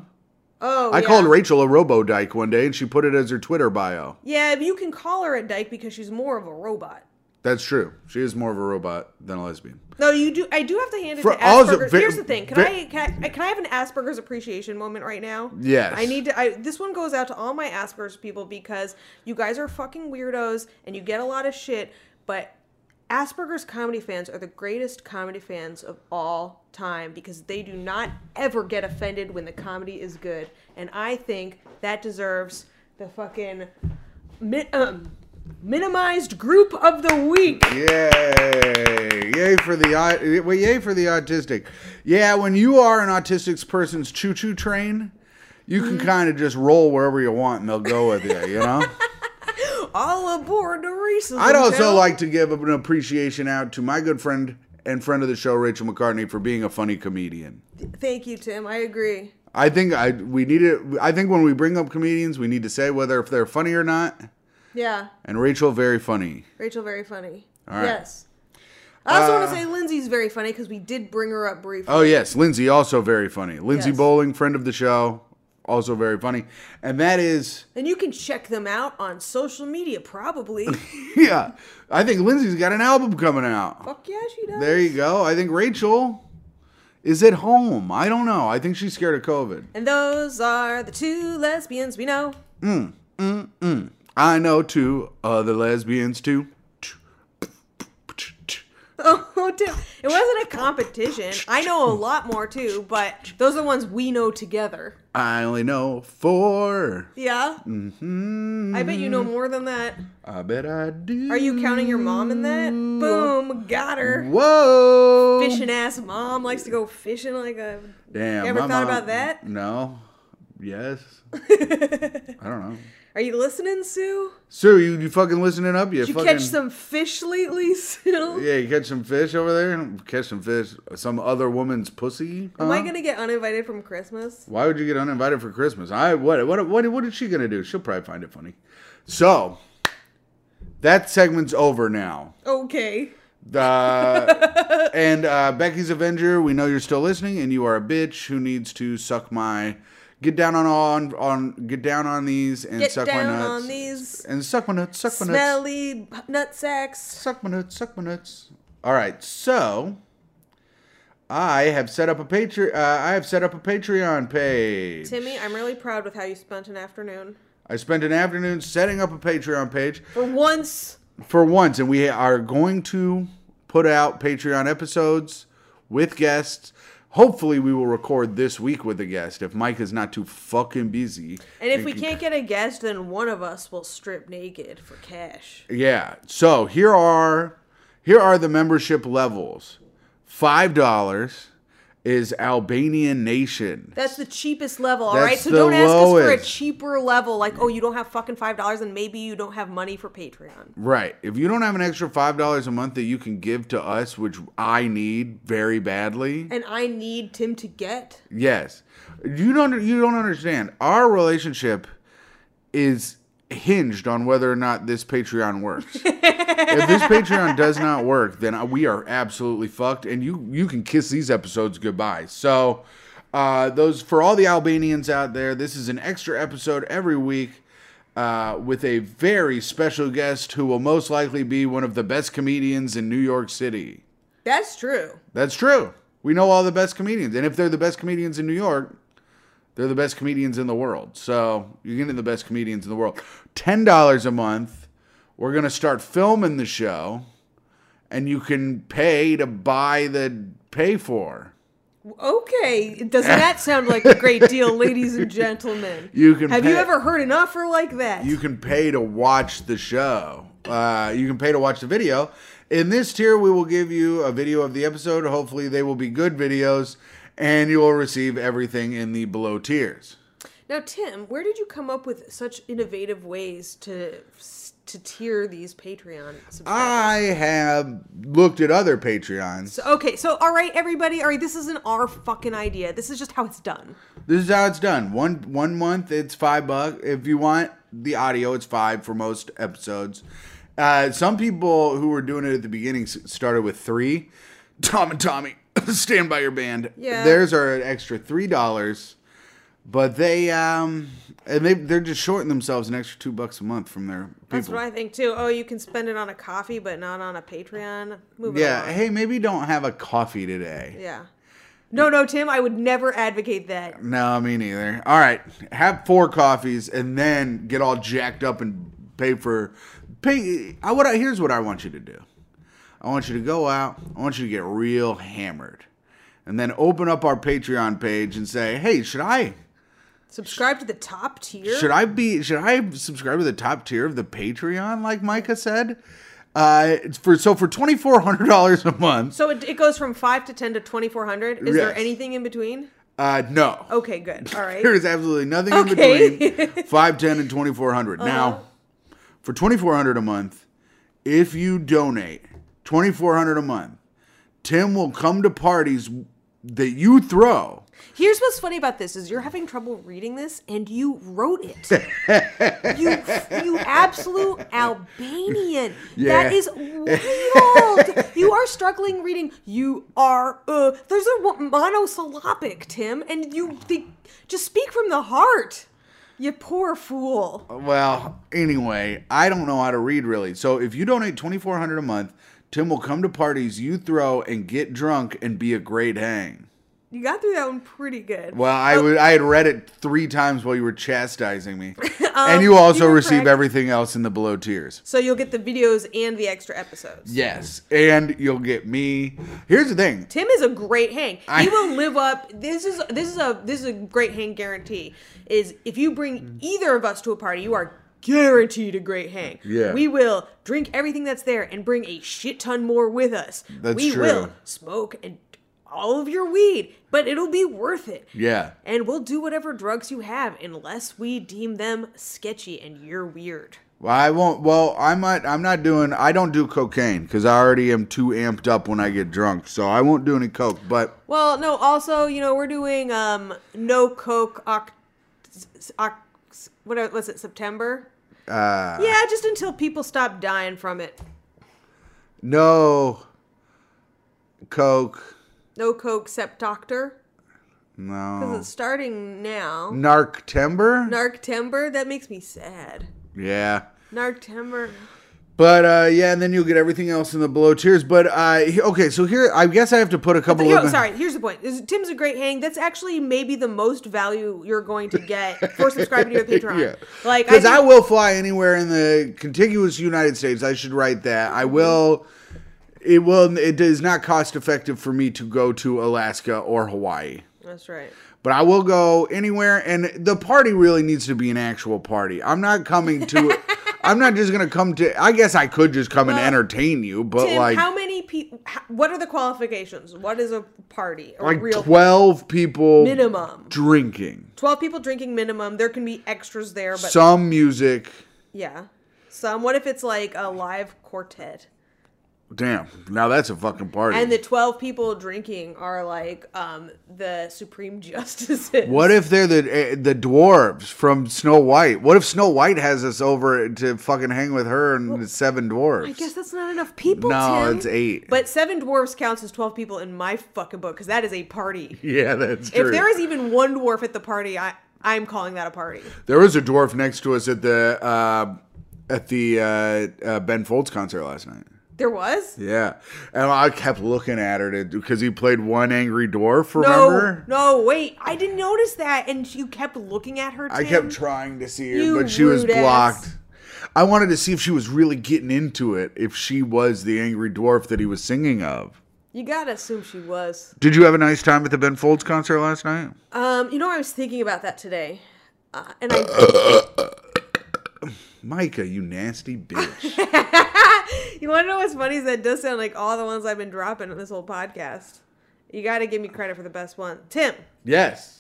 S2: Oh,
S1: I
S2: yeah.
S1: called Rachel a robo dyke one day, and she put it as her Twitter bio.
S2: Yeah, but you can call her a dyke because she's more of a robot.
S1: That's true. She is more of a robot than a lesbian.
S2: No, you do. I do have to hand it
S1: For
S2: to
S1: all the
S2: Asperger's.
S1: ve-
S2: Here's the thing. Can
S1: ve-
S2: I, can I can I have an Asperger's appreciation moment right now?
S1: Yes.
S2: I need to. I, this one goes out to all my Asperger's people because you guys are fucking weirdos and you get a lot of shit. But Asperger's comedy fans are the greatest comedy fans of all time because they do not ever get offended when the comedy is good, and I think that deserves the fucking mi- um, minimized group of the week.
S1: Yay! Yay for the au- well, yay for the autistic. Yeah, when you are an autistic person's choo-choo train, you can kind of just roll wherever you want and they'll go with you. You know.
S2: All aboard the racism.
S1: I'd also
S2: Phil.
S1: like to give an appreciation out to my good friend and friend of the show, Rachel McCartney, for being a funny comedian.
S2: Thank you, Tim. I agree.
S1: I think I we need it. I think when we bring up comedians, we need to say whether if they're funny or not.
S2: Yeah,
S1: And Rachel, very funny.
S2: Rachel, very funny.
S1: All right.
S2: Yes. I also want
S1: Uh,
S2: to say Lindsay's very funny because we did bring her up briefly.
S1: Oh yes, Lindsay also very funny. Lindsay
S2: Yes.
S1: Bowling, friend of the show, also very funny. And that is
S2: and you can check them out on social media, probably.
S1: yeah. I think Lindsay's got an album coming out.
S2: Fuck yeah, she does.
S1: There you go. I think Rachel is at home. I don't know. I think she's scared of COVID.
S2: and those are the two lesbians we know.
S1: I know two other lesbians too.
S2: Oh, damn. it wasn't a competition. I know a lot more too, but those are the ones we know together.
S1: I only know four.
S2: Yeah,
S1: Mm-hmm.
S2: I bet you know more than that.
S1: I bet I do.
S2: Are you counting your mom in that?
S1: Mm.
S2: Boom, got her.
S1: Whoa.
S2: Fishing ass mom likes to go fishing like a.
S1: Damn.
S2: You ever
S1: my
S2: thought
S1: mom-
S2: about that?
S1: No. Yes. I don't know.
S2: Are you listening, Sue?
S1: Sue, you, you fucking listening up? You
S2: Did you
S1: fucking,
S2: catch some fish lately, Sue?
S1: Yeah, you catch some fish over there. Catch some fish. Some other woman's pussy.
S2: Am I
S1: huh?
S2: gonna get uninvited from Christmas?
S1: Why would you get uninvited for Christmas? I what what what what is she gonna do? She'll probably find it funny. So that segment's over now.
S2: Okay.
S1: Uh, and uh, Becky's Avenger, we know you're still listening, and you are a bitch who needs to suck my get down on on on get down on these and
S2: Get
S1: suck
S2: down
S1: my nuts
S2: on these
S1: and suck my nuts, suck my nuts,
S2: smelly nut sacks.
S1: suck my nuts, suck my nuts. All right, so. I have set up a Patre- uh, I have set up a Patreon page.
S2: Timmy, I'm really proud with how you spent an afternoon.
S1: I spent an afternoon setting up a Patreon page
S2: For once,
S1: for once, and we are going to put out Patreon episodes with guests. Hopefully, we will record this week with a guest if Mike is not too fucking busy.
S2: and if we
S1: can-
S2: can't get a guest, then one of us will strip naked for cash.
S1: Yeah. So here are here are the membership levels. Five dollars is Albanian Nation.
S2: That's the cheapest level, all
S1: That's
S2: right? So
S1: the
S2: don't ask us for a
S1: lowest.
S2: cheaper level, like, oh, you don't have fucking $5 and maybe you don't have money for Patreon.
S1: Right. If you don't have an extra five dollars a month that you can give to us, which I need very badly.
S2: And I need Tim to get.
S1: Yes. You don't you don't understand. Our relationship is hinged on whether or not this Patreon works. if this Patreon does not work, then I- we are absolutely fucked and you you can kiss these episodes goodbye. So uh, those for all the Albanians out there, this is an extra episode every week uh, with a very special guest who will most likely be one of the best comedians in New York City.
S2: That's true.
S1: That's true. We know all the best comedians, and if they're the best comedians in New York, they're the best comedians in the world. So you're getting the best comedians in the world. Ten dollars a month. We're gonna start filming the show, and you can pay to buy the pay for.
S2: Okay. Doesn't that sound like a great deal, ladies and gentlemen?
S1: You can
S2: Have
S1: pay,
S2: you ever heard an offer like that?
S1: You can pay to watch the show. Uh, you can pay to watch the video. In this tier, we will give you a video of the episode. Hopefully, they will be good videos, and you will receive everything in the below tiers.
S2: Now, Tim, where did you come up with such innovative ways to to tier these Patreon
S1: Uh,
S2: subscribers?
S1: I have looked at other Patreons.
S2: So- okay, so all right, everybody, all right, this isn't our fucking idea. This is just how it's done.
S1: This is how it's done. One one month it's five bucks. If you want the audio, it's five for most episodes. Uh, some people who were doing it at the beginning s- started with three. Tom and Tommy, stand by your band.
S2: Yeah.
S1: theirs are an extra three dollars, but they um and they they're just shorting themselves an extra two bucks a month from their people.
S2: That's what I think too. Oh, you can spend it on a coffee, but not on a Patreon. Move
S1: yeah.
S2: along.
S1: Hey, maybe don't have a coffee today.
S2: yeah. No, no, Tim, I would never advocate that.
S1: No, me neither. All right, have four coffees and then get all jacked up and pay for pay. I what I here's what I want you to do. I want you to go out. I want you to get real hammered, and then open up our Patreon page and say, "Hey, should I
S2: Subscribe to the top tier.
S1: should I be should I subscribe to the top tier of the Patreon?" Like Micah said, uh, it's for so for twenty four hundred dollars a month.
S2: so it, it goes from five to ten to twenty four hundred. Is there
S1: Yes.
S2: anything in between?
S1: Uh, no,
S2: Okay, good. All right.
S1: There is absolutely nothing
S2: Okay. Uh-huh.
S1: in between 510 and 2400. Now, for 2400 a month, if you donate 2400 a month, Tim will come to parties that you throw.
S2: Here's what's funny about this is you're having trouble reading this and you wrote it. you you absolute Albanian.
S1: Yeah.
S2: That is wild. you are struggling reading you are uh there's a wo- monosyllabic, Tim, and you think just speak from the heart. You poor fool.
S1: Well, anyway, I don't know how to read really. So if you donate 2400 a month, Tim will come to parties you throw and get drunk and be a great hang.
S2: You got through that one pretty good.
S1: Well, I would. I had read it three times while you were chastising me, and you also
S2: Um, you were
S1: receive
S2: correct.
S1: everything else in the below tiers.
S2: So you'll get the videos and the extra episodes.
S1: Yes, and you'll get me. Here's the thing.
S2: Tim is a great hang.
S1: I-
S2: he will live up. This is this is a this is a great hang guarantee. Is if you bring either of us to a party, you are guaranteed a great hang.
S1: Yeah.
S2: We will drink everything that's there and bring a shit ton more with us.
S1: That's
S2: we
S1: true.
S2: will smoke and all of your weed, but it'll be worth it.
S1: Yeah.
S2: And we'll do whatever drugs you have unless we deem them sketchy and you're weird.
S1: Well, I won't. Well, I'm not. I'm not doing. I don't do cocaine because I already am too amped up when I get drunk, so I won't do any coke. But
S2: Well, no, also, you know, we're doing um no coke oct, oct what was it, September?
S1: uh,
S2: Yeah, just until people stop dying from it.
S1: no coke.
S2: No coke septoctor. Because
S1: No
S2: it's starting now.
S1: narc timber.
S2: Narctember, that makes me sad.
S1: yeah.
S2: Narctember.
S1: But uh, yeah, and then you'll get everything else in the below tiers. But uh, he- okay, so here I guess I have to put a couple
S2: Yo,
S1: of
S2: sorry, here's the point. Is- Tim's a great hang. That's actually maybe the most value you're going to get for subscribing to your Patreon.
S1: Yeah.
S2: Like,
S1: because
S2: think-
S1: I, will fly anywhere in the contiguous United States. I should write that.
S2: Mm-hmm.
S1: I will. It will. It is not cost effective for me to go to Alaska or Hawaii,
S2: That's right.
S1: but I will go anywhere. And the party really needs to be an actual party. I'm not coming to. I'm not just gonna come to. I guess I could just come and
S2: Well,
S1: entertain you, but
S2: Tim,
S1: like
S2: how many people? What are the qualifications? What is a party? A
S1: like
S2: real
S1: twelve people
S2: minimum.
S1: drinking,
S2: Twelve people drinking minimum. There can be extras there, but
S1: some music.
S2: yeah, some. What if it's like a live quartet,
S1: Damn, now that's a fucking party.
S2: and the twelve people drinking are like um the supreme justices?
S1: What if they're the eh, the dwarves from Snow White? What if Snow White has us over to fucking hang with her and the seven dwarves?
S2: I guess that's not enough people.
S1: no,
S2: Tim.
S1: it's eight.
S2: But seven dwarves counts as twelve people in my fucking book because that is a party.
S1: yeah, that's true.
S2: If there is even one dwarf at the party, I I'm calling that a party.
S1: there was a dwarf next to us at the uh, at the uh, uh, Ben Folds concert last night.
S2: There was.
S1: Yeah, and I kept looking at her because he played one angry dwarf.
S2: No,
S1: Remember?
S2: no, wait. I didn't notice that, and you kept looking at her. Tim.
S1: I kept trying to see her,
S2: You
S1: but she was
S2: rude ass.
S1: blocked. I wanted to see if she was really getting into it. If she was the angry dwarf that he was singing of.
S2: You gotta assume she was.
S1: Did you have a nice time at the Ben Folds concert last night?
S2: Um, you know, I was thinking about that today, uh, and I,
S1: Micah, you nasty bitch.
S2: you want to know what's funny is that does sound like all the ones I've been dropping on this whole podcast. You gotta give me credit for the best one, Tim.
S1: yes.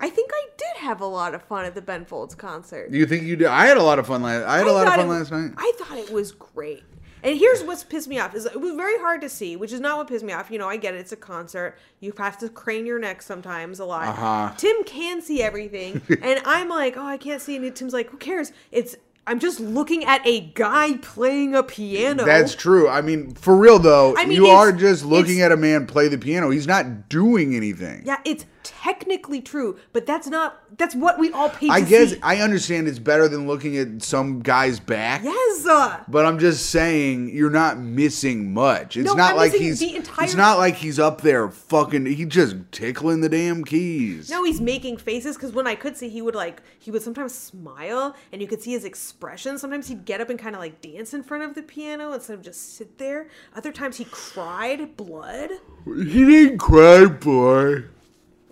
S2: I think I did have a lot of fun at the Ben Folds concert.
S1: You think you did? I had a lot of fun last. I had a lot of
S2: thought
S1: fun
S2: it-
S1: last night.
S2: I thought it was great. And here's what's pissed me off is it was very hard to see, which is not what pissed me off. You know, I get it. It's a concert. You have to crane your neck sometimes a lot.
S1: Uh-huh.
S2: Tim can see everything, and I'm like, oh, I can't see. And Tim's like, who cares? It's I'm just looking at a guy playing a piano.
S1: That's true. I mean, for real though,
S2: I mean,
S1: you
S2: it's-
S1: are just looking
S2: it's-
S1: at a man play the piano. He's not doing anything.
S2: yeah, it's technically true, but that's not. That's what we all paid.
S1: I
S2: to
S1: guess
S2: see.
S1: I understand it's better than looking at some guy's back.
S2: yes. uh,
S1: But I'm just saying, you're not missing much. It's
S2: No,
S1: not
S2: I'm
S1: like
S2: missing
S1: he's.
S2: the entire-
S1: It's not like he's up there fucking. He just tickling the damn keys.
S2: No, he's making faces because when I could see, he would like he would sometimes smile, and you could see his expression. Sometimes he'd get up and kind of like dance in front of the piano instead of just sit there. Other times he cried blood.
S1: He didn't cry, boy.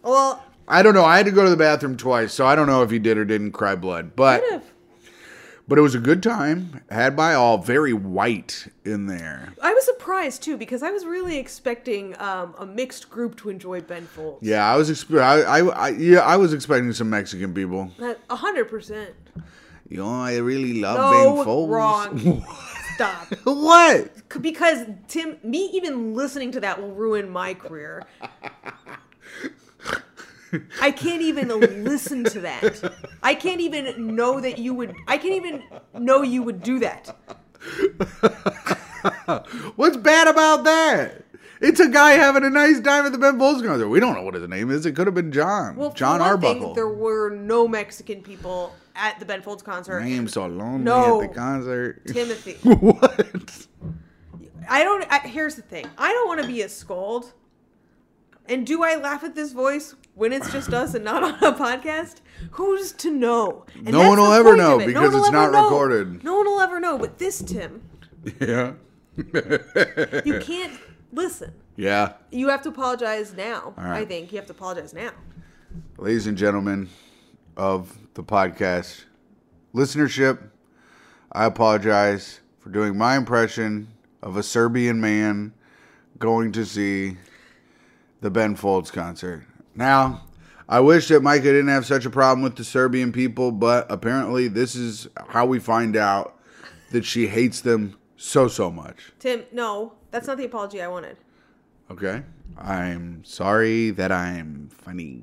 S2: Well,
S1: I don't know. I had to go to the bathroom twice, so I don't know if he did or didn't cry blood. But
S2: kind of.
S1: but it was a good time had by all. Very white in there.
S2: I was surprised too because I was really expecting um, a mixed group to enjoy Ben Folds.
S1: Yeah, I was expe- I, I, I yeah, I was expecting some Mexican people.
S2: That a hundred percent.
S1: You know, I really love
S2: No,
S1: Ben Folds.
S2: wrong. Stop.
S1: what?
S2: C- Because Tim, me even listening to that will ruin my career. I can't even listen to that. I can't even know that you would. I can't even know you would do that.
S1: What's bad about that? It's a guy having a nice time at the Ben Folds concert. We don't know what his name is. It could have been John.
S2: Well, for
S1: John
S2: one thing,
S1: Arbuckle.
S2: there were no Mexican people at the Ben Folds concert.
S1: I am so lonely
S2: No.
S1: at the concert.
S2: Timothy,
S1: what?
S2: I don't. I, here's the thing. I don't want to be a scold, And do I laugh at this voice when it's just us and not on a podcast? Who's to know? And
S1: No
S2: that's
S1: one will
S2: the
S1: ever
S2: point
S1: know
S2: of it.
S1: because
S2: one will
S1: it's
S2: ever
S1: not
S2: know.
S1: recorded.
S2: No one will ever know. But this Tim,
S1: Yeah.
S2: you can't listen.
S1: yeah.
S2: You have to apologize now.
S1: right.
S2: I think you have to apologize now.
S1: Ladies and gentlemen of the podcast listenership, I apologize for doing my impression of a Serbian man going to see the Ben Folds concert. Now, I wish that Micah didn't have such a problem with the Serbian people, but apparently this is how we find out that she hates them so so much.
S2: Tim, no, that's not the apology I wanted.
S1: Okay? I'm sorry that I'm funny.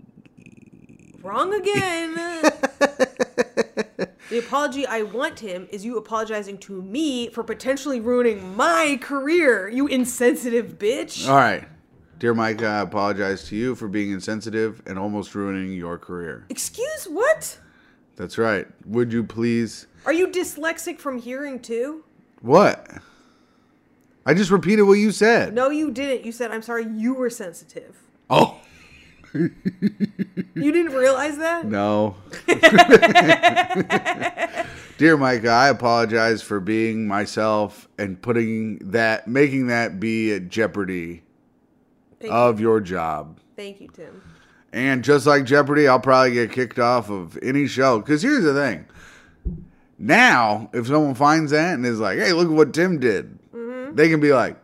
S2: Wrong again. the apology I want him is you apologizing to me for potentially ruining my career, you insensitive bitch.
S1: All right. Dear Micah, I apologize to you for being insensitive and almost ruining your career.
S2: Excuse what?
S1: That's right. Would you please.
S2: Are you dyslexic from hearing too?
S1: What? I just repeated what you said.
S2: No, you didn't. You said, I'm sorry, you were sensitive.
S1: Oh.
S2: You didn't realize that?
S1: No. Dear Micah, I apologize for being myself and putting that, making that be at jeopardy
S2: Thank,
S1: of your job.
S2: thank you, Tim.
S1: And just like Jeopardy, I'll probably get kicked off of any show. Because here's the thing. Now, if someone finds that and is like, hey, look at what Tim did, they can be like,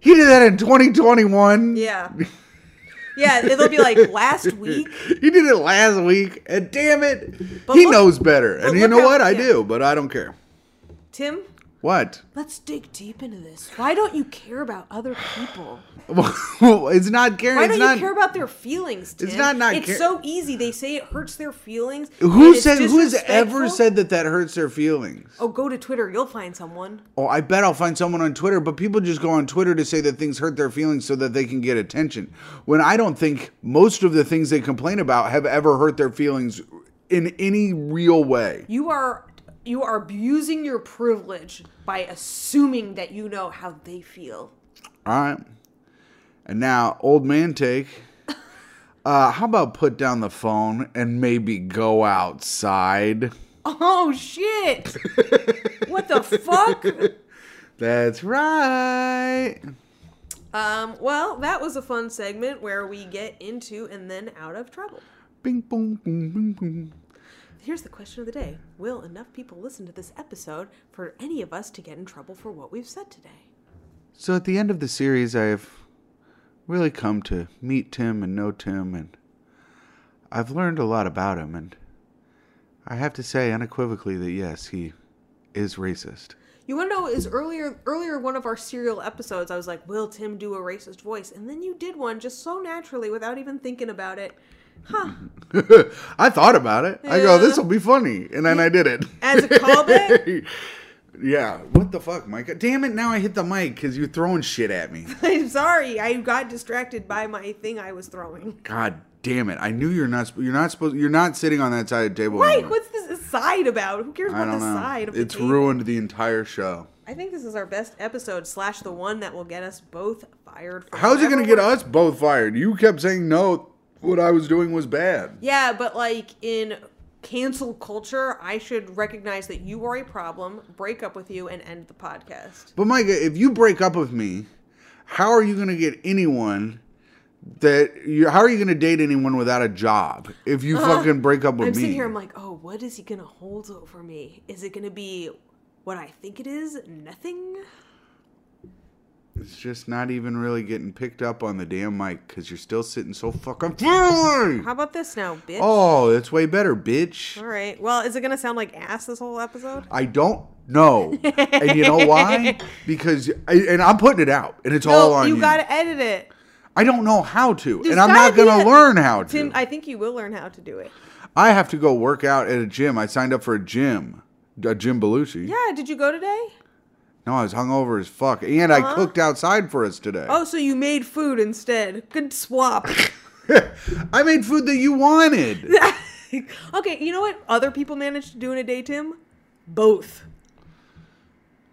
S1: he did that in 2021.
S2: Mm-hmm. Yeah. Yeah, it'll be like last week.
S1: He did it last week. And damn it,
S2: But
S1: he
S2: look-
S1: knows better. And you
S2: look
S1: know
S2: how-
S1: what? I
S2: yeah.
S1: do, but I don't care.
S2: Tim,
S1: What?
S2: let's dig deep into this. Why don't you care about other people?
S1: it's not caring.
S2: Why
S1: it's
S2: don't
S1: not,
S2: you care about their feelings? Tim?
S1: not not
S2: It's
S1: care-
S2: so easy. They say it hurts their feelings. and
S1: Who
S2: it's
S1: said? Who has ever
S2: disrespectful.
S1: said that that hurts their feelings?
S2: Oh, go to Twitter. You'll find someone.
S1: Oh, I bet I'll find someone on Twitter, but people just go on Twitter to say that things hurt their feelings so that they can get attention. When I don't think most of the things they complain about have ever hurt their feelings in any real way.
S2: You are you are abusing your privilege by assuming that you know how they feel.
S1: All right. And now, old man take. Uh, how about put down the phone and maybe go outside?
S2: Oh shit! what the fuck?
S1: That's right.
S2: Um. Well, that was a fun segment where we get into and then out of trouble.
S1: Bing, boom, boom, boom, boom.
S2: Here's the question of the day: Will enough people listen to this episode for any of us to get in trouble for what we've said today?
S1: So at the end of the series, I have really come to meet Tim and know Tim, and I've learned a lot about him, and I have to say unequivocally that yes, he is racist.
S2: You want to know is earlier earlier one of our serial episodes I was like, will Tim do a racist voice? And then you did one just so naturally without even thinking about it. Huh.
S1: I thought about it. I go,
S2: Yeah.
S1: this will be funny, and then I did it
S2: As a callback?
S1: yeah. What the fuck, Micah? Damn it! Now I hit the mic because you're throwing shit at me.
S2: I'm sorry. I got distracted by my thing I was throwing.
S1: God damn it! I knew you're not. sp- You're not supposed. You're not sitting on that side of the table.
S2: Right,
S1: anymore.
S2: what's this side about? Who cares
S1: Hmm. I
S2: about
S1: don't
S2: the
S1: know.
S2: side of the
S1: it's
S2: table?
S1: ruined the entire show.
S2: I think this is our best episode slash the one that will get us both fired. from
S1: How's it going to
S2: whatever
S1: get
S2: we're-
S1: us both fired? You kept saying no, what I was doing was bad.
S2: Yeah, but like in cancel culture, I should recognize that you are a problem, break up with you, and end the podcast.
S1: But Micah, if you break up with me, how are you going to get anyone that you how are you going to date anyone without a job if you fucking break up with
S2: Uh, I'm
S1: me?
S2: sitting here, I'm like, oh, what is he gonna hold over me? Is it gonna be what I think it is? Nothing?
S1: it's just not even really getting picked up on the damn mic cuz you're still sitting so fucking far.
S2: How about this now, bitch?
S1: Oh, that's way better, bitch.
S2: All right. Well, is it gonna sound like ass this whole episode?
S1: I don't know. and you know why? Because I, and I'm putting it out and it's all on you.
S2: Oh, you gotta edit it.
S1: I don't know how to,
S2: There's
S1: and I'm
S2: gotta
S1: not going
S2: be
S1: to
S2: a-
S1: learn how to.
S2: Tim, I think you will learn how to do it.
S1: I have to go work out at a gym. I signed up for a gym, a Jim Belushi.
S2: Yeah. Did you go today?
S1: No, I was hungover as fuck, and I cooked outside for us today.
S2: Oh, so you made food instead. Good swap.
S1: I made food that you wanted.
S2: okay. You know what other people manage to do in a day, Tim? Both.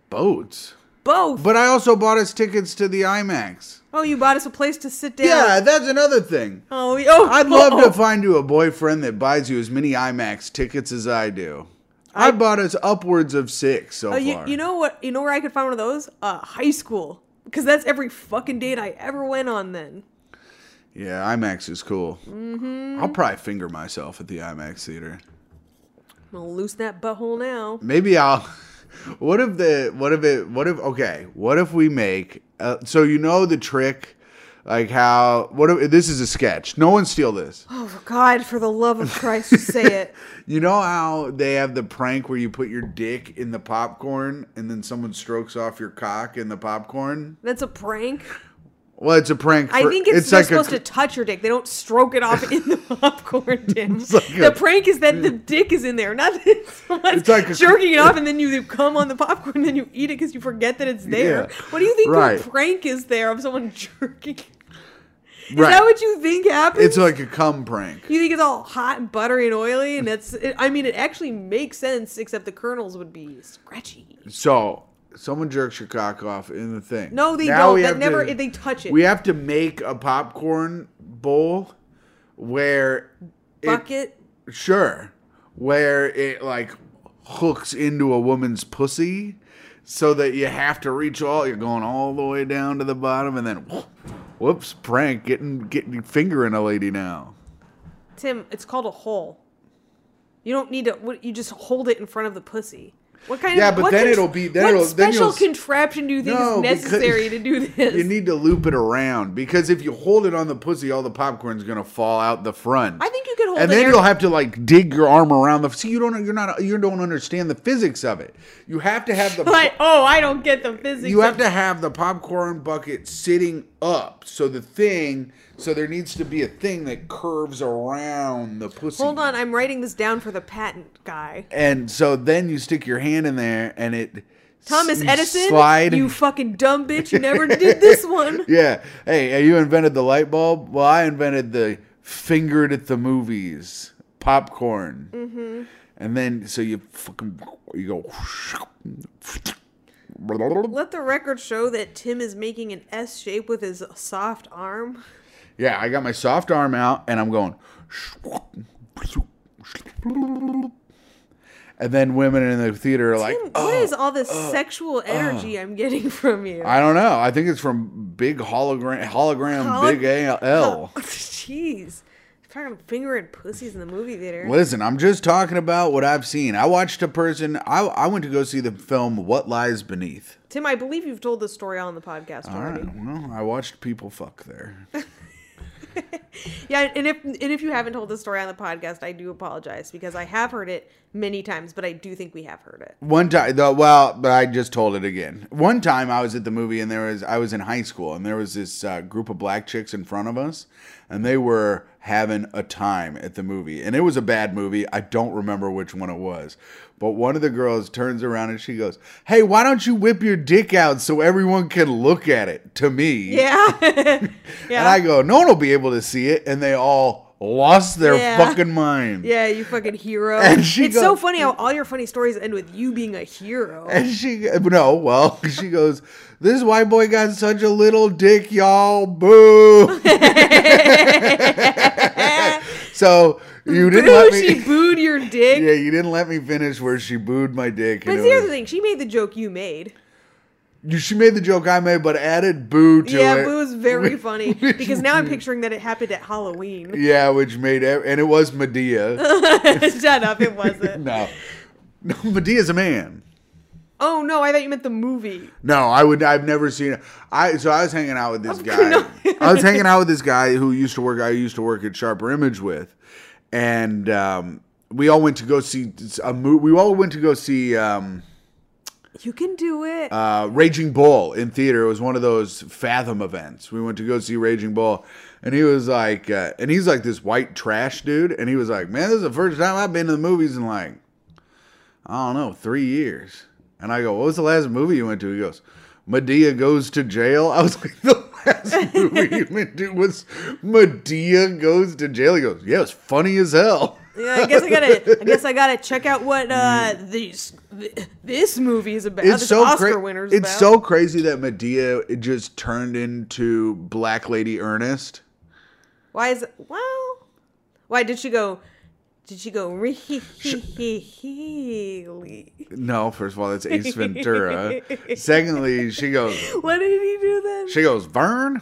S1: Boats.
S2: both.
S1: But I also bought us tickets to the IMAX.
S2: Oh, you bought us a place to sit down.
S1: Yeah, that's another thing.
S2: Oh, we- oh.
S1: I'd love
S2: oh.
S1: to find you a boyfriend that buys you as many IMAX tickets as I do. I, bought us upwards of six so
S2: Oh, you,
S1: far.
S2: you know what? You know where I could find one of those? Uh, high school, because that's every fucking date I ever went on. Then
S1: yeah, IMAX is cool. Mm-hmm. I'll probably finger myself at the IMAX theater.
S2: I'm gonna loosen that butthole now.
S1: Maybe I'll. What if the? What if it? What if? Okay. What if we make? Uh, so you know the trick, like how? What if this is a sketch? No one steal this.
S2: Oh God, for the love of Christ, just say it.
S1: You know how they have the prank where you put your dick in the popcorn and then someone strokes off your cock in the popcorn.
S2: That's a prank.
S1: Well, it's a prank. For,
S2: I think it's, they're
S1: like
S2: supposed
S1: a,
S2: to touch your dick. They don't stroke it off in the popcorn, Tim.
S1: like
S2: the
S1: a-
S2: prank is that the dick is in there, not that someone's
S1: It's like a-
S2: jerking it off and then you come on the popcorn and then you eat it because you forget that it's there.
S1: Yeah.
S2: What do you think
S1: Right.
S2: a prank is there of someone jerking? Is
S1: right.
S2: that what you think happens?
S1: it's like a cum prank.
S2: you think it's all hot and buttery and oily, and that's. It, I mean, it actually makes sense, except the kernels would be scratchy.
S1: So someone jerks your cock off in the thing.
S2: No, they
S1: Now
S2: don't.
S1: we
S2: That
S1: have
S2: never.
S1: to-
S2: they touch it.
S1: We have to make a popcorn bowl where it-
S2: Bucket.
S1: sure, where it like hooks into a woman's pussy, so that you have to reach all. You're going all the way down to the bottom, and then whoops, prank, getting getting fingering a lady now.
S2: Tim, it's called a hole. You don't need to. What, you just hold it in front of the pussy. What kind
S1: Yeah,
S2: of?
S1: but
S2: what
S1: then
S2: contr-
S1: it'll be- then
S2: what
S1: it'll- then
S2: special
S1: you'll s-
S2: contraption do you think
S1: No,
S2: is
S1: because-
S2: necessary to do this?
S1: You need to loop it around because if you hold it on the pussy, all the popcorn's gonna fall out the front.
S2: I think you could hold
S1: and
S2: it.
S1: then
S2: air-
S1: you'll have to like dig your arm around the. See, you don't. You're not. You don't understand the physics of it. You have to have the.
S2: But oh, I don't get the physics.
S1: you have
S2: of-
S1: to have the popcorn bucket sitting up, so the thing. So there needs to be a thing that curves around the pussy.
S2: Hold on, I'm writing this down for the patent guy.
S1: And so then you stick your hand in there, and it.
S2: Thomas
S1: you
S2: Edison,
S1: Slide.
S2: you fucking dumb bitch, you never did this one.
S1: yeah. Hey, you invented the light bulb. Well, I invented the fingered at the movies popcorn. Mm-hmm. And then, so you fucking you go.
S2: Let the record show that Tim is making an S shape with his soft arm.
S1: Yeah, I got my soft arm out, and I'm going. And then women in the theater are like,
S2: Tim,
S1: "Oh, uh.
S2: what is all this sexual energy I'm getting from you?
S1: I don't know. I think it's from big hologram, hologram,
S2: Holo-
S1: big A L."
S2: Oh, Jeez. Talking fingering pussies in the movie theater.
S1: Listen, I'm just talking about what I've seen. I watched a person. I, I went to go see the film What Lies Beneath.
S2: Tim, I believe you've told this story on the podcast
S1: All
S2: already.
S1: right. Well, I watched people fuck there.
S2: Yeah, and if and if you haven't told this story on the podcast, I do apologize because I have heard it many times, but I do think we have heard it.
S1: One time, though, well, but I just told it again. One time, I was at the movie, and there was I was in high school, and there was this uh, group of black chicks in front of us, and they were having a time at the movie, and it was a bad movie. I don't remember which one it was, but one of the girls turns around and she goes, "Hey, why don't you whip your dick out so everyone can look at it?" To me,
S2: Yeah.
S1: And
S2: yeah.
S1: I go, no one will be able to see it. And they all lost their
S2: Yeah.
S1: fucking mind.
S2: yeah, you fucking hero.
S1: And she
S2: it's so
S1: goes-
S2: funny how all your funny stories end with you being a hero.
S1: And she, no, well, she goes, this white boy got such a little dick, y'all. Boo. so you didn't
S2: Boo,
S1: let
S2: she
S1: me.
S2: booed your dick.
S1: Yeah, you didn't let me finish where she booed my dick.
S2: but
S1: and
S2: see,
S1: it
S2: the
S1: was-
S2: other thing, she made the joke you made.
S1: you- she made the joke I made, but added boo to
S2: yeah,
S1: it.
S2: but it was very funny because now I'm picturing that it happened at Halloween.
S1: Yeah, which made ev- and it was Medea.
S2: Shut up, it wasn't.
S1: no, no, Medea's a man.
S2: Oh no, I thought you meant the movie.
S1: No, I would. I've never seen it. I so I was hanging out with this guy.
S2: no.
S1: I was hanging out with this guy who used to work. I used to work at Sharper Image with, and um, we all went to go see a movie. We all went to go see um,
S2: You can do it.
S1: uh, Raging Bull in theater. It was one of those Fathom events. We went to go see Raging Bull, and he was like, uh, and he's like this white trash dude, and he was like, man, this is the first time I've been to the movies in like I don't know, three years. And I go, what was the last movie you went to? He goes, Medea goes to jail. I was like, the last movie you went to was Medea goes to jail. He goes, yeah, it was funny as hell.
S2: yeah, I guess I gotta. I guess I gotta check out what uh, these th- this movie is about
S1: Mm. It's
S2: this
S1: so
S2: Oscar
S1: cra-
S2: winners.
S1: It's
S2: about.
S1: so crazy that Medea just turned into Black Lady Ernest.
S2: Why is it? Well, why did she go? Did she go? Re- he- he- he- he-
S1: No, first of all, that's Ace Ventura. Secondly, she goes,
S2: What did he do then?
S1: she goes, Vern,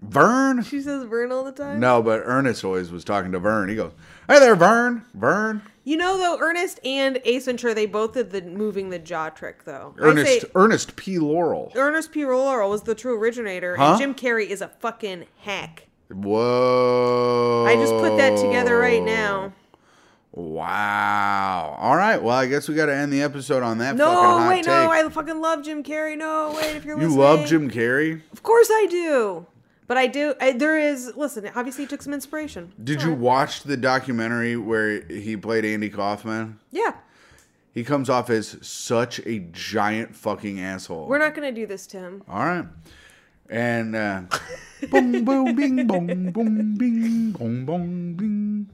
S1: Vern.
S2: She says Vern all the time.
S1: No, but Ernest always was talking to Vern. He goes, "Hey there, Vern, Vern."
S2: You know though, Ernest and Ace Ventura, they both did the moving the jaw trick though. I
S1: Ernest,
S2: say
S1: Ernest P. Laurel.
S2: Ernest P. Laurel was the true originator,
S1: Huh?
S2: and Jim Carrey is a fucking hack.
S1: Whoa!
S2: I just put that together right now.
S1: Wow. All right. Well, I guess we got to end the episode on that. fucking
S2: No,
S1: hot
S2: wait,
S1: take.
S2: no, I fucking love Jim Carrey. No, wait, if you're
S1: you
S2: listening,
S1: love Jim Carrey?
S2: Of course I do. But I do. I, there is. Listen, obviously, he took some inspiration.
S1: Did you watch the documentary where he played Andy Kaufman?
S2: Yeah,
S1: He comes off as such a giant fucking asshole.
S2: we're not gonna do this to him.
S1: All right. And uh, boom, boom, bing, boom, boom, bing, boom, boom, bing.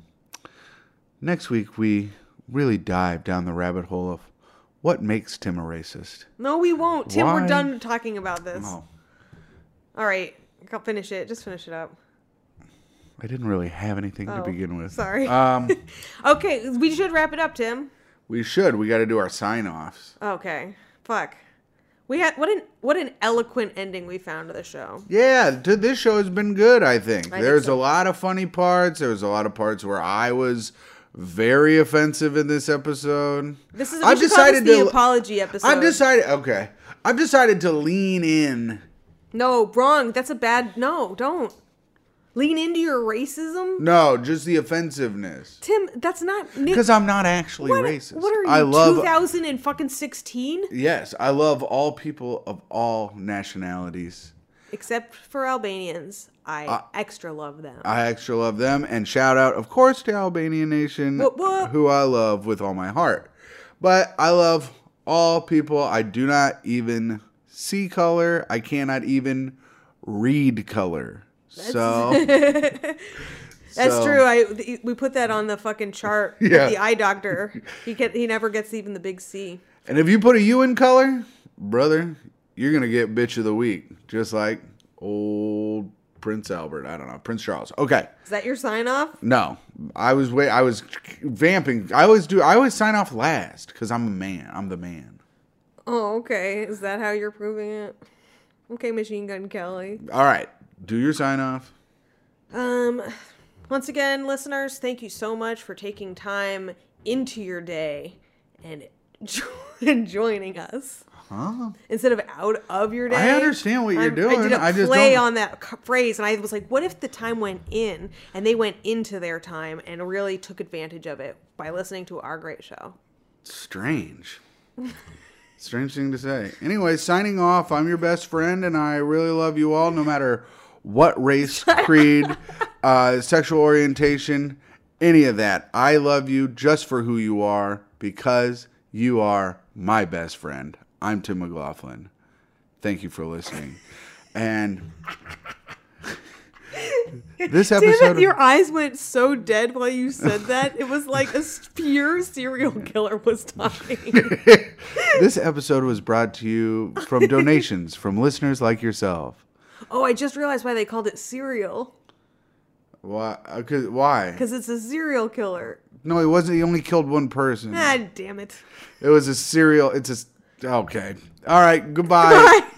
S1: Next week, we really dive down the rabbit hole of what makes Tim a racist.
S2: No, we won't. Tim,
S1: Why?
S2: we're done talking about this.
S1: Oh,
S2: All right, I'll finish it. Just finish it up.
S1: I didn't really have anything to
S2: Oh,
S1: begin with.
S2: sorry.
S1: Um,
S2: Okay, we should wrap it up, Tim.
S1: we should. We got to do our sign offs.
S2: Okay, fuck. We had what an what an eloquent ending we found to the show.
S1: Yeah, to this show has been good, I think.
S2: think
S1: There's
S2: so.
S1: a lot of funny parts. There was a lot of parts where I was very offensive in this episode.
S2: This is
S1: I've
S2: I've
S1: decided
S2: decided this the
S1: to-
S2: apology episode.
S1: I've decided okay. I've decided to lean in.
S2: no wrong. That's a bad no. Don't lean into your racism,
S1: No, just the offensiveness.
S2: Tim. That's not
S1: Because I'm not actually
S2: what,
S1: racist.
S2: What are you?
S1: I love
S2: 2000 and fucking 16,
S1: Yes, I love all people of all nationalities.
S2: except for Albanians. I extra love them.
S1: I extra love them and shout out, of course, to Albanian Nation,
S2: Whoop, whoop.
S1: who I love with all my heart. But I love all people. I do not even see color. I cannot even read color. so
S2: That's
S1: so-
S2: true. I th- we put that on the fucking chart. with
S1: Yeah.
S2: The eye doctor. He get he never gets even the big C.
S1: And if you put a U in color, brother, you're gonna get bitch of the week, just like old Prince Albert. I don't know, Prince Charles. Okay,
S2: Is that your sign off?
S1: no, I was wait, I was vamping. I always do. I always sign off last because I'm a man. I'm the man.
S2: Oh, okay. Is that how you're proving it? Okay, Machine Gun Kelly.
S1: All right, do your sign off.
S2: Um, once again, listeners, thank you so much for taking time into your day and jo- and joining us
S1: Huh?
S2: instead of out of your day.
S1: I understand what you're
S2: I'm- I
S1: doing.
S2: did a
S1: I just
S2: play
S1: don't-
S2: on that c- phrase, and I was like, "What if the time went in, and they went into their time and really took advantage of it by listening to our great show?"
S1: Strange. Strange thing to say. Anyway, signing off. I'm your best friend, and I really love you all, no matter what race, creed, uh, sexual orientation, any of that. I love you just for who you are because you are my best friend. I'm Tim McLaughlin. Thank you for listening. And this
S2: Damn
S1: episode.
S2: it, your eyes went so dead while you said that. It was like a s- pure serial killer was talking.
S1: this episode was brought to you from donations from listeners like yourself.
S2: oh, I just realized why they called it serial.
S1: Why? uh, 'cause- why?
S2: Because it's a serial killer.
S1: No, he wasn't. He only killed one person.
S2: Ah, damn it.
S1: It was a serial. It's a. s- Okay. All right. Goodbye.
S2: Bye.